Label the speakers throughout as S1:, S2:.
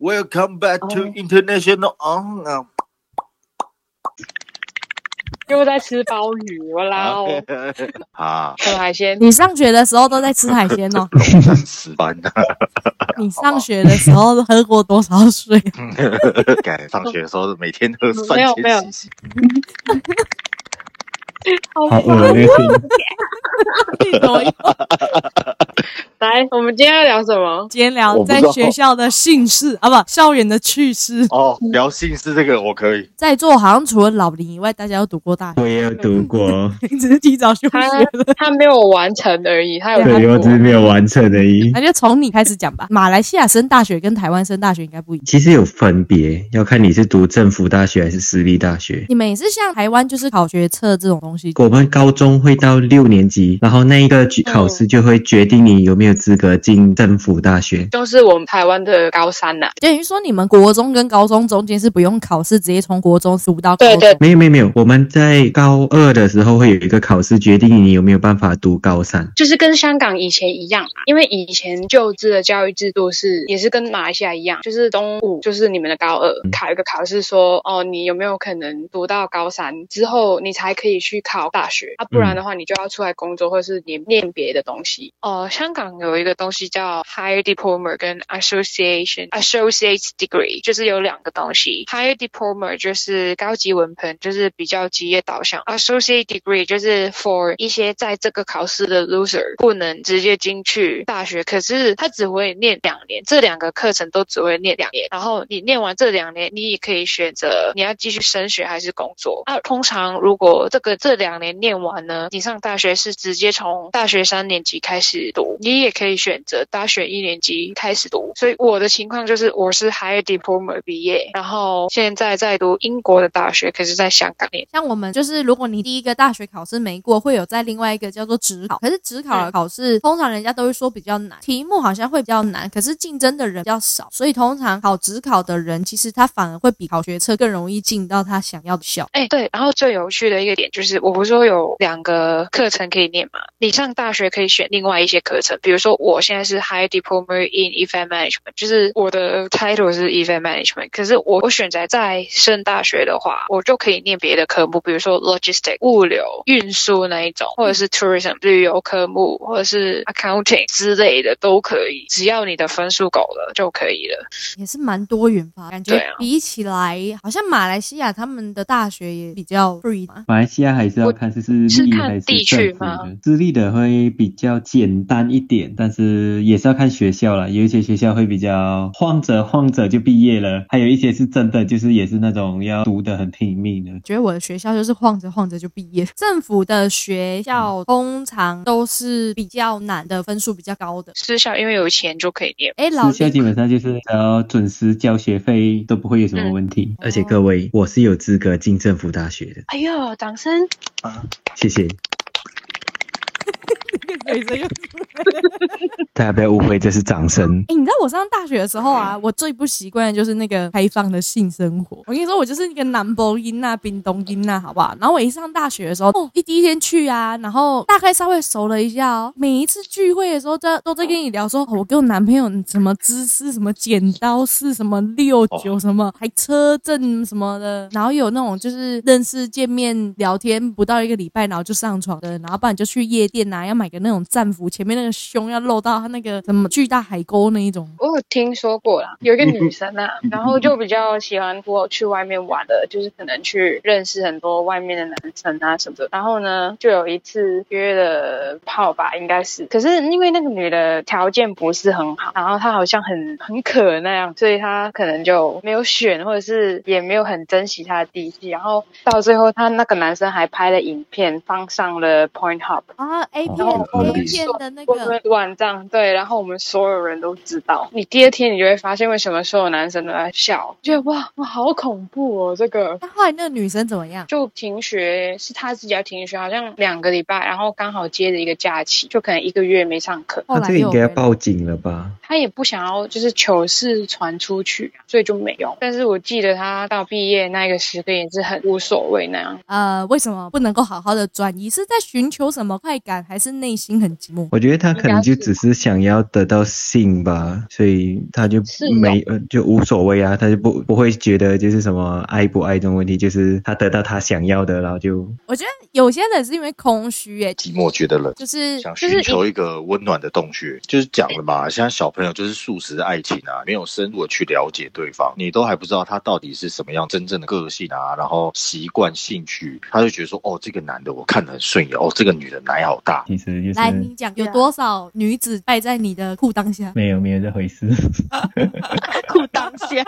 S1: Welcome back
S2: 哦
S1: to International On 啊！
S2: 又在吃鲍鱼，我拉哦，
S1: 啊，，
S2: 什么海鲜？
S3: 你上学的时候都在吃海鲜哦
S1: 龙山石斑啊！
S3: 你上学的时候喝过多少 水？
S1: 干上学的时候每天喝三
S2: 没有没有
S1: 千 CC，
S2: 好
S4: 好恶劣听。
S3: 你怎么又
S2: 来，我们今天要聊什么？
S3: 今天聊
S1: 我不
S3: 在
S1: 知道
S3: 学校的姓氏啊，不，校园的趣事。
S1: 哦，
S2: 嗯
S1: 聊姓氏这个我可以。
S3: 在座好像除了老林以外，大家都读过大学，
S4: 我也有读过，
S3: 只是提早休学
S2: 他
S3: 了。
S2: 他没有完成而已，他有
S4: 对，我
S2: 看
S4: 只
S2: 过
S4: 是没有完成而已。
S3: 那就从你开始讲吧。马来西亚升大学跟台湾升大学应该不一样。
S4: 其实有分别，要看你是读政府大学还是私立大学。
S3: 你们也是像台湾就是考学测这种东西，
S4: 我们高中会到六年级，然后那一个举考试就会决定你有没有资格进政府大学。
S2: 就是我们台湾的高三呐、
S3: 等于说你们国中跟高中中间是不用考试，直接从国中读到高
S2: 对
S3: 中。
S2: 对，
S4: 没有没有没有，我们在高二的时候会有一个考试决定你有没有办法读高三。
S2: 就是跟香港以前一样啊，因为以前旧制的教育制度是也是跟马来西亚一样，就是中午就是你们的高二考一个考试说，哦你有没有可能读到高三之后你才可以去考大学啊，不然的话你就要出来工作或是你念别的东西。哦、香港有一个东西叫 Higher Diploma 跟 Association Associate Degree，就是有两个东西。Higher Diploma 就是高级文凭，就是比较职业导向；Associate Degree 就是 for 一些在这个考试的 loser 不能直接进去大学，可是他只会念两年，这两个课程都只会念两年。然后你念完这两年，你也可以选择你要继续升学还是工作。那通常如果这个这两年念完呢，你上大学是直接从大学三年级开始读，你也可以选择大学一年级开始读。所以我的情况就是我是 higher diploma 毕业，然后现在在读英国的大学，可是在香港念。
S3: 像我们就是，如果你第一个大学考试没过，会有在另外一个叫做职考。可是职
S2: 嗯
S3: 考的考试，通常人家都会说比较难，题目好像会比较难，可是竞争的人比较少，所以通常考职考的人，其实他反而会比考学测更容易进到他想要的校。
S2: 哎，对，然后最有趣的一个点就是，我不是说有两个课程可以念嘛？你上大学可以选另外一些课程，比如说我现在是 High Diploma in Event Management，就是我的 title 是 Event Management，可是我我选择在升大学的话，我就可以念别的科目，比如说 Logistic 物流、运输那一种，或者是 Tourism 旅游科目，或者是 Accounting 之类的都可以，只要你的分数够了就可以了。
S3: 也是蛮多元化，感觉
S2: 对啊
S3: 比起来，好像马来西亚他们的大学也比较 free 嘛。
S4: 马来西亚还是要看是私立
S2: 是看
S4: 还
S2: 地
S4: 是
S2: 区
S4: 政府的，私立的会比较简单一点，但是也是要看学校啦。有一些学校会比较晃着晃着就毕业了，还有一些是真的就是也是那种要读得很拼命的。
S3: 觉得我的学校就是晃着晃着就毕业。政府的学校通常都是比较难的，分数比较高的。
S2: 私校因为有钱就可以念。
S3: 哎，老
S4: 私校基
S3: 林，
S4: 本上就是只要准时交学费都不会有什
S3: 嗯
S4: 么问题。
S3: 而且各
S4: 位，我是有资格进政府大学的，
S2: 哎呦，掌声！
S4: 谢谢
S3: 女 生又
S4: 大家不要误会，这是掌声。
S3: 哎、你知道我上大学的时候啊，我最不习惯的就是那个开放的性生活。我跟你说，我就是一个南博音呐、冰东音呐，好不好？然后我一上大学的时候，哦，一第一天去啊，然后大概稍微熟了一下哦。每一次聚会的时候，都都在跟你聊说，哦我跟我男朋友什么姿势，什么剪刀式，什么六
S1: 哦
S3: 九，什么还车震什么的。然后有那种就是认识见面聊天不到一个礼拜，然后就上床的，然后不然就去夜店呐、啊，要买个那种战服，前面那个胸要露到他那个什么巨大海沟那一种。
S2: 我有听说过啦，有一个女生啊，然后就比较喜欢我去外面玩的，就是可能去认识很多外面的男生啊什么的。然后呢，就有一次约了炮吧，应该是，可是因为那个女的条件不是很好，然后她好像很很渴那样，所以她可能就没有选，或者是也没有很珍惜她的地气。然后到最后，她那个男生还拍了影片放上了 Pornhub。
S3: 啊，A 片
S2: 哦
S3: A
S1: 理
S3: 片的那
S2: 我
S3: 个
S2: 们晚上对，然后我们所有人都知道。你第二天你就会发现，为什么所有男生都在笑，觉得哇哇好恐怖哦，这个。
S3: 那后来那个女生怎么样？
S2: 就停学是他自己要停学，好像两个礼拜，然后刚好接着一个假期，就可能一个月没上课。
S3: 后
S4: 那
S3: 来
S4: 这个
S3: 又
S4: 应该要
S3: 回来
S4: 报警了吧？
S2: 他也不想要就是糗事传出去，所以就没有。但是我记得他到毕业那个时刻也是很无所谓那样，
S3: 呃，为什么不能够好好的转移？是在寻求什么快感，还是内心心很寂寞。
S4: 我觉得他可能就只是想要得到性吧，所以他就是
S2: 有
S4: 没呃就无所谓啊，他就不不会觉得就是什么爱不爱这种问题，就是他得到他想要的，然后就
S3: 我觉得有些人是因为空虚，哎，
S1: 寂寞觉得
S2: 嗯
S1: 冷。
S3: 就是
S1: 想
S3: 就是
S1: 寻
S3: 一
S1: 求一个温暖的洞穴，就是讲了嘛。现在小朋友就是素食爱情啊，没有深入的去了解对方，你都还不知道他到底是什么样真正的个性啊，然后习惯、兴趣，他就觉得说，哦，这个男的我看得很顺眼，哦，这个女的奶好大，
S4: 其实就是
S3: 来你讲有多少女子败在你的裤裆下？
S4: 没有没有这回事。
S2: 裤裆下，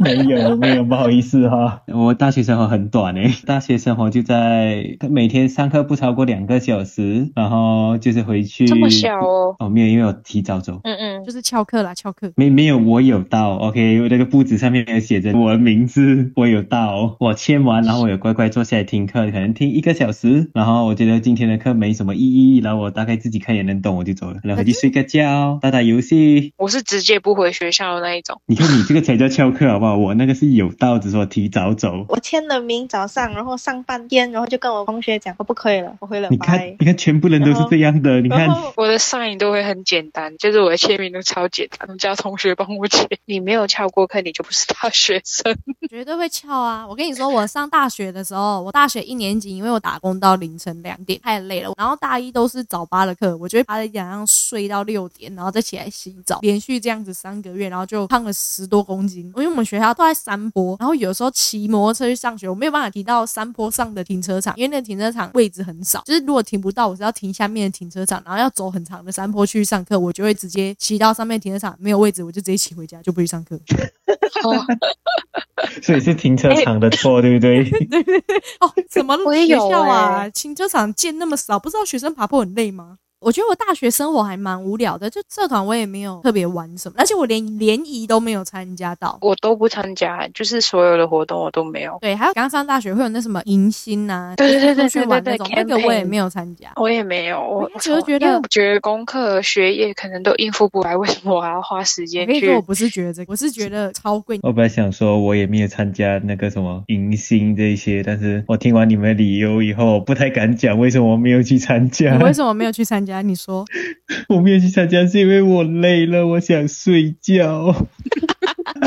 S4: 没有没有，不好意思哈、我大学生活很短诶，大学生活就在每天上课不超过两个小时，然后就是回去。
S2: 这么小哦？
S4: 哦，没有，因为我提早走。
S2: 嗯嗯，
S3: 就是翘课啦，翘课。
S4: 没没有，我有到，OK，我那个簿子上面没有写着我的名字，我有到，我签完，然后我有乖乖坐下来听课，可能听一个小时，然后我觉得今天的课没什么意义，然后我大概自己看也能懂，我就走了，然后回去睡个觉，打打游戏。
S2: 我是直接不回学校的那一种。
S4: 你看你这个才叫翘课好不好？我那个是有到，只是我提早走。
S5: 我签了名早上，然后上半天，然后就跟我同学讲，我不可以了，我回了，
S4: 你看
S5: 拜，。
S4: 你看，全部人都是这样的。你看
S5: 然，后
S2: 我的 sign 都会很简单，就是我的签名都超简单，我叫同学帮我签。 你没有翘过课，你就不是大学 生。
S3: 绝对会翘啊！我跟你说，我上大学的时候，我大学一年级，因为我打工到凌晨两点，太累了。然后大一都是早八的课，我就会趴在阳上睡到六点，然后再起来洗澡，连续这样子三个月，然后就胖了十多公斤。因为我们学校都在山坡，然后有时候骑摩托车去上学，我没有办法停到山坡上的停车场，因为那个停车场位置很少，就是如果停不到，我是要停下面的停车场，然后要走很长的山坡去上课，我就会直接骑到上面停车场没有位置，我就直接骑回家，就不去上课。
S2: 哦，
S4: 所以是停车场的错，对不 对？
S3: 哦，怎么
S2: 我也
S3: 学
S2: 有
S3: 校啊？
S2: 欸
S3: 停车场建那么少，不知道学生爬坡很累吗？我觉得我大学生活还蛮无聊的，就社团我也没有特别玩什么，而且我连联谊都没有参加到。
S2: 我都不参加，就是所有的活动我都没有。
S3: 对，还有刚上大学会有那什么迎新呐、啊，
S2: 对对对
S3: 就是出去
S2: 对对
S3: 玩
S2: 对
S3: 那种，那
S2: 对
S3: 个我也
S2: campaign
S3: 没有参加。
S2: 我也没有，我
S3: 我一直都觉得
S2: 因为我觉得功课、学业可能都应付不来，为什么我还要花时
S3: 我
S2: 间
S3: 跟你说，我
S2: 去？
S3: 不是觉得这个，我是觉得超贵。
S4: 我本来想说，我也没有参加那个什么迎新这一些，但是我听完你们的理由以后，我不太敢讲为什么我没有去参加
S3: 你。为什么没有去参加？你说，
S4: 我没有去参加是因为我累了，我想睡觉。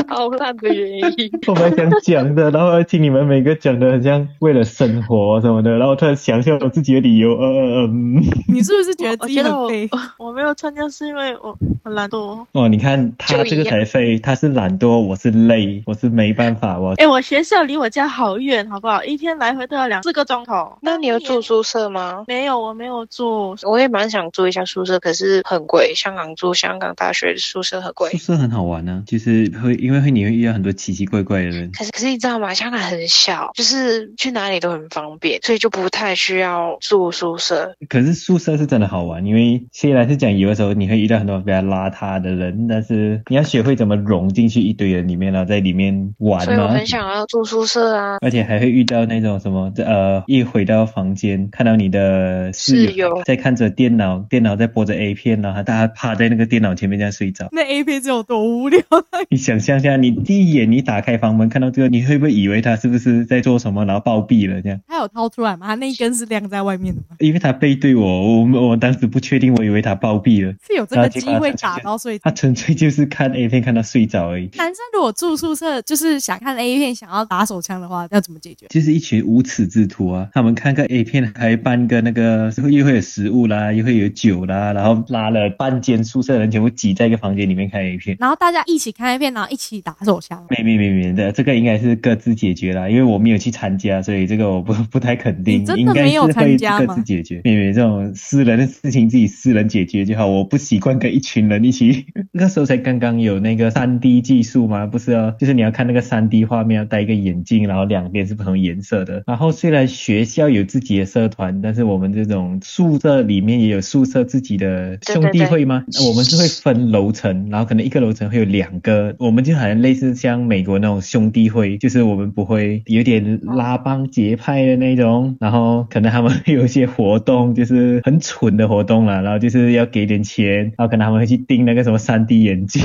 S2: 超烂的原因。
S4: 我本来想讲的，然后听你们每个讲的，很像为了生活什么的，然后突然想一下我自己的理由，呃呃嗯。
S3: 你是不是觉得
S5: 我
S3: 自己
S5: 觉
S3: 很
S5: 得我
S3: 废？
S5: 我没有参加是因为我我懒惰。
S4: 哦，你看他这个才废，他是懒惰，我是累，我是没办法，我
S5: 哎，我学校离我家好远，好不好？一天来回都要两四个钟头。
S2: 那你有住宿舍吗？
S5: 没有，我没有住。
S2: 我也蛮想住一下宿舍，可是很贵。香港住香港大学的宿舍很贵
S4: 宿，舍很好玩呢、就是会因为会你会遇到很多奇奇怪怪的人。
S2: 可是可是你知道吗？香港很小，就是去哪里都很方便，所以就不太需要住宿舍。
S4: 可是宿舍是真的好玩，因为虽然是讲有的时候你会遇到很多比较邋遢的人，但是你要学会怎么融进去一堆人里面，然后在里面玩
S2: 所以我
S4: 嘛。
S2: 很想要住宿舍啊。
S4: 而且还会遇到那种什么，呃，一回到房间看到你的室
S2: 室友
S4: 在看着电脑，电脑在播着 A 片，然后大家趴在那个电脑前面这样睡着。
S3: 那 A 片是有多无聊？
S4: 你想象一下，你第一眼你打开房门看到这个，你会不会以为他是不是在做什么，然后暴毙了这样？
S3: 他有掏出来吗？他那一根是晾在外面的吗？
S4: 因为他背对我，我我当时不确定，我以为他暴毙了，
S3: 是有这
S4: 然
S3: 个
S4: 后结
S3: 机
S4: 果他
S3: 会
S4: 就
S3: 打
S4: 这样
S3: 到睡着
S4: 他纯粹就是看 A 片看到睡着而已。
S3: 男生如果住宿舍，就是想看 A 片，想要打手枪的话，要怎么解决？
S4: 就是一群无耻之徒啊！他们看个 A 片，还办个那个，又会有食物啦，又会有酒啦，然后拉了半间宿舍的人全部挤在一个房间里面看 A 片。
S3: 然后大家一起看 A 片，然后一起打手枪。
S4: 没没没没的，这个应该是各自解决啦，因为我没有去参加，所以这个我不不太肯定。
S3: 你真的
S4: 应该
S3: 没有
S4: 是
S3: 参
S4: 会
S3: 加吗
S4: 各自解决，没没这种私人的事情自己私人解决就好。我不习惯跟一群人一起。 那时候才刚刚有那个三 D 技术嘛，不是哦，就是你要看那个三 D 画面，要戴一个眼镜，然后两边是不同颜色的。然后虽然学校有自己的社团，但是我们这种宿舍里面也有宿舍自己的兄
S2: 对
S4: 弟
S2: 对对
S4: 会吗？我们是会分楼层，然后可能一个楼层会有两个，我们就好像能类似像美国那种兄弟会，就是我们不会有点拉帮结派的那种，然后可能他们有一些活动就是很蠢的活动啦，然后就是要给点钱，然后可能他们会去订那个什么3 D 眼镜，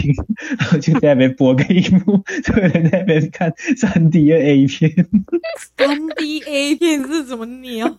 S4: 然后就在那边播个荧幕，就有人在那边看3 D 的 A 片，
S3: 三 D A 片是怎么鸟？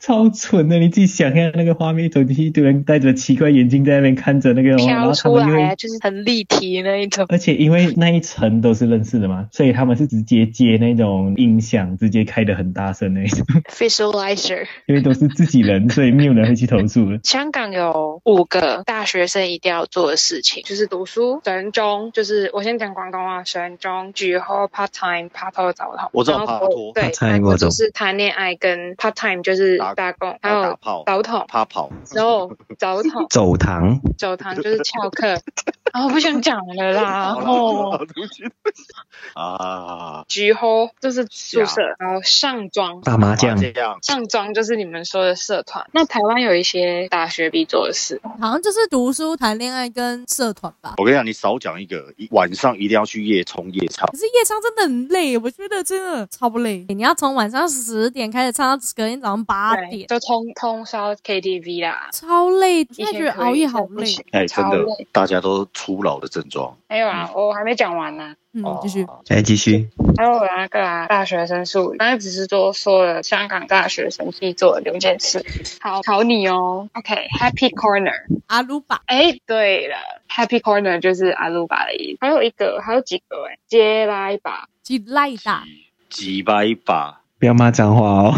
S4: 超蠢的！你自己想象那个画面，走进去一堆人戴着奇怪眼镜在那边看着那个，然
S2: 飘
S4: 后他
S2: 出
S4: 们又会
S2: 来啊，就是很立体那一 种。
S4: 而且因为那一层都是认识的嘛，所以他们是直接接那种音响，直接开的很大声那一种，
S2: Visualizer，
S4: 因为都是自己人，所以没有人会去投诉的。
S2: 香港有五个大学生一定要做的事情，就是读书、选中，就是我先讲广东话，选中、举后 part time、part time 找到，
S1: 我知道
S2: 然后
S1: 拍
S2: 国
S1: 拖
S2: 对
S6: part，time
S2: 韩国
S6: 我懂
S2: 就是谈恋爱跟 part time 就是
S1: 打
S2: 打工，还
S1: 然后打
S2: 有
S1: 炮、
S2: 早桶，
S1: 趴跑，
S2: 然后早桶
S6: 走堂，
S2: 走堂就是翘课， 啊，我不想讲了啦
S1: 好。啦好
S2: 哦，
S1: 啦对不起对不起 啊，
S2: 举后就是宿舍，然后上妆，
S6: 打麻将，
S1: 啊这样
S2: 上妆就是你们说的社团。那台湾有一些大学必做的事，
S3: 好像就是读书、谈恋爱跟社团吧。
S1: 我跟你讲，你少讲一个，一晚上一定要去夜冲夜唱。
S3: 可是夜唱真的很累，我觉得真的超不累。你要从晚上十点开始唱到隔天早上八
S2: 对，
S3: 点，
S2: 就通通宵 KTV 啦。
S3: 超累。
S2: 以
S3: 现在
S2: 前
S3: 觉得
S2: 可以
S3: 熬夜好
S2: 现在不
S3: 累。
S2: 行
S1: 哎，真
S2: 超
S1: 的
S2: 累。，
S1: 大家都初老的症状。
S2: 还有啊，我还没讲完呢。
S3: 嗯
S1: 哦，
S3: 继续。
S6: 来哎继续。
S2: 还有那个啊，大学生术语，刚才只是都说了香港大学生必做的六件事。好，考你哦。OK，Happy、Corner。
S3: 阿鲁巴
S2: 哎，对了，Happy Corner 就是阿鲁巴的意思。还有一个，还有几个哎，接来吧。
S3: 几赖打
S1: 几百把，
S6: 不要骂脏话哦，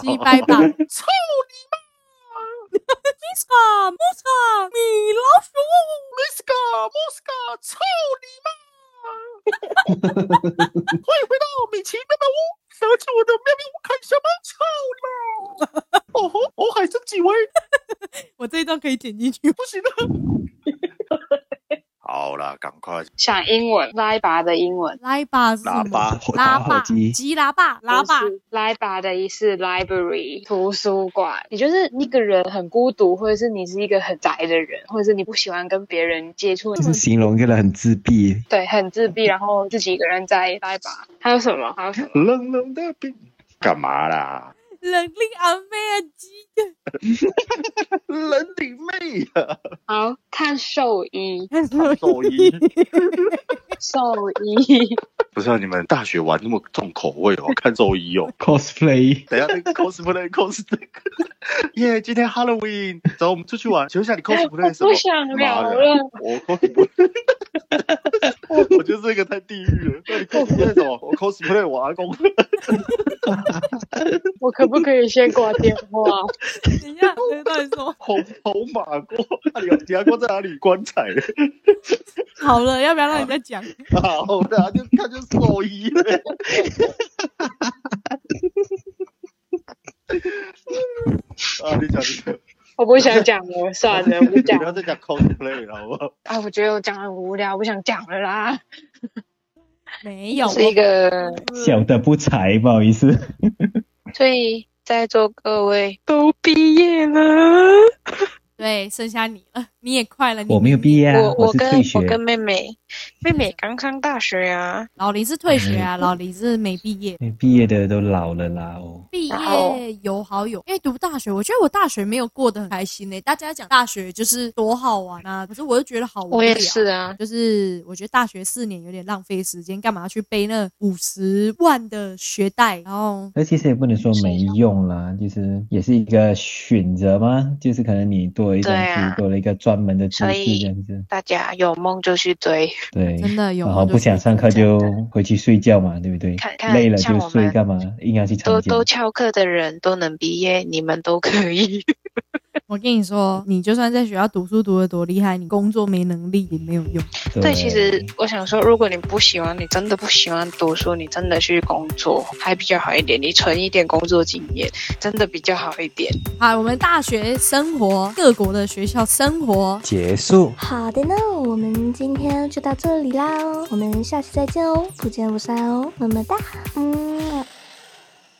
S3: 几百 把，操你妈！你惨不惨？米老鼠， 我这一段可以剪进去吗。
S1: 好啦，赶快
S2: 想英文，拉巴的英文。
S3: 拉巴是什么
S1: 喇叭，
S3: 拉
S6: 打
S3: 霸
S6: 火机，
S3: 吉拉霸，拉霸
S2: 不。是，拉巴的意思 library 图书馆，也就是一个人很孤独，或者是你是一个很宅的人，或者是你不喜欢跟别人接触，
S4: 嗯
S6: 就是形容一个人很自闭。
S2: 对，很自闭，然后自己一个人在拉巴。还有什么？还有什么？
S1: 冷冷的冰，干嘛啦？
S3: 冷令阿妹啊，鸡
S1: 冷你妹啊！
S2: 好看兽 医，
S1: 兽医，
S2: 兽医，
S1: 不是、啊、你们大学玩那么重口味哦， 看兽医哦。
S4: cosplay
S1: 等一下那个 cosplay cos 那 个，耶、今天 Halloween，走，我们出去玩。请问一下你 cosplay 什么
S2: 不？想
S1: 妈
S2: 聊
S1: 的
S2: 了。
S1: 我 cosplay，我 觉得这个太地狱了。那你 cosplay 什么？我 cosplay 我阿公。
S2: 我可不可以先挂电话？
S3: 等一下，等一下到底说
S1: 红红马锅，啊、你你阿公在哪里？棺材。
S3: 好了，要不要让你再讲？
S1: 好的啊，就他就兽医了。 啊，你讲你讲，
S2: 我不想讲了，算了，不
S1: 你
S2: 讲
S1: 不要再讲 cosplay 了，好不好？
S2: 啊！我觉得我讲得很无聊，不想讲了啦。
S3: 没有，
S2: 是一个
S4: 小的不才，不好意思。
S2: 所以在座各位都毕业了，
S3: 对，剩下你了，你也快了。你
S4: 我没有毕业啊
S2: 我，
S4: 是
S2: 跟
S4: 退学
S2: 我。跟妹妹，妹妹刚上大学啊，
S3: 老林是退学啊，老林是没毕业。
S4: 哎毕业的都老了啦哦，
S3: 毕
S2: 然后
S3: 业有好有，因为读大学，我觉得我大学没有过得很开心欸呢、大家讲大学就是多好玩啊，可是我就觉得好无
S2: 我
S3: 聊。
S2: 也是啊，
S3: 就是我觉得大学四年有点浪费时间，干嘛去背那五十万的学贷？然后
S4: 那其实也不能说没用啦，就是也是一个选择嘛，就是可能你多了一张
S2: 对啊
S4: 书，多了一个专门的知
S2: 所
S4: 识
S2: 以
S4: 这样子，
S2: 大家有梦就去追，
S4: 对。
S3: 真的有，
S4: 然后哎不想上课就回去睡觉嘛，对不对
S2: 看？看
S4: 累了
S2: 像
S4: 就
S2: 我
S4: 睡
S2: 们
S4: 干嘛？硬要去
S2: 都
S4: 参加？
S2: 都翘课的人都能毕业，你们都可以。
S3: 我跟你说，你就算在学校读书读得多厉害，你工作没能力也没有用。
S2: 对，其实我想说，如果你不喜欢，你真的不喜欢读书，你真的去工作还比较好一点，你存一点工作经验，真的比较好一点。
S3: 好，我们大学生活，各国的学校生活，
S6: 结束。
S7: 好的呢，我们今天就到这里啦哦，我们下期再见哦，不见不散哦，么么哒，嗯。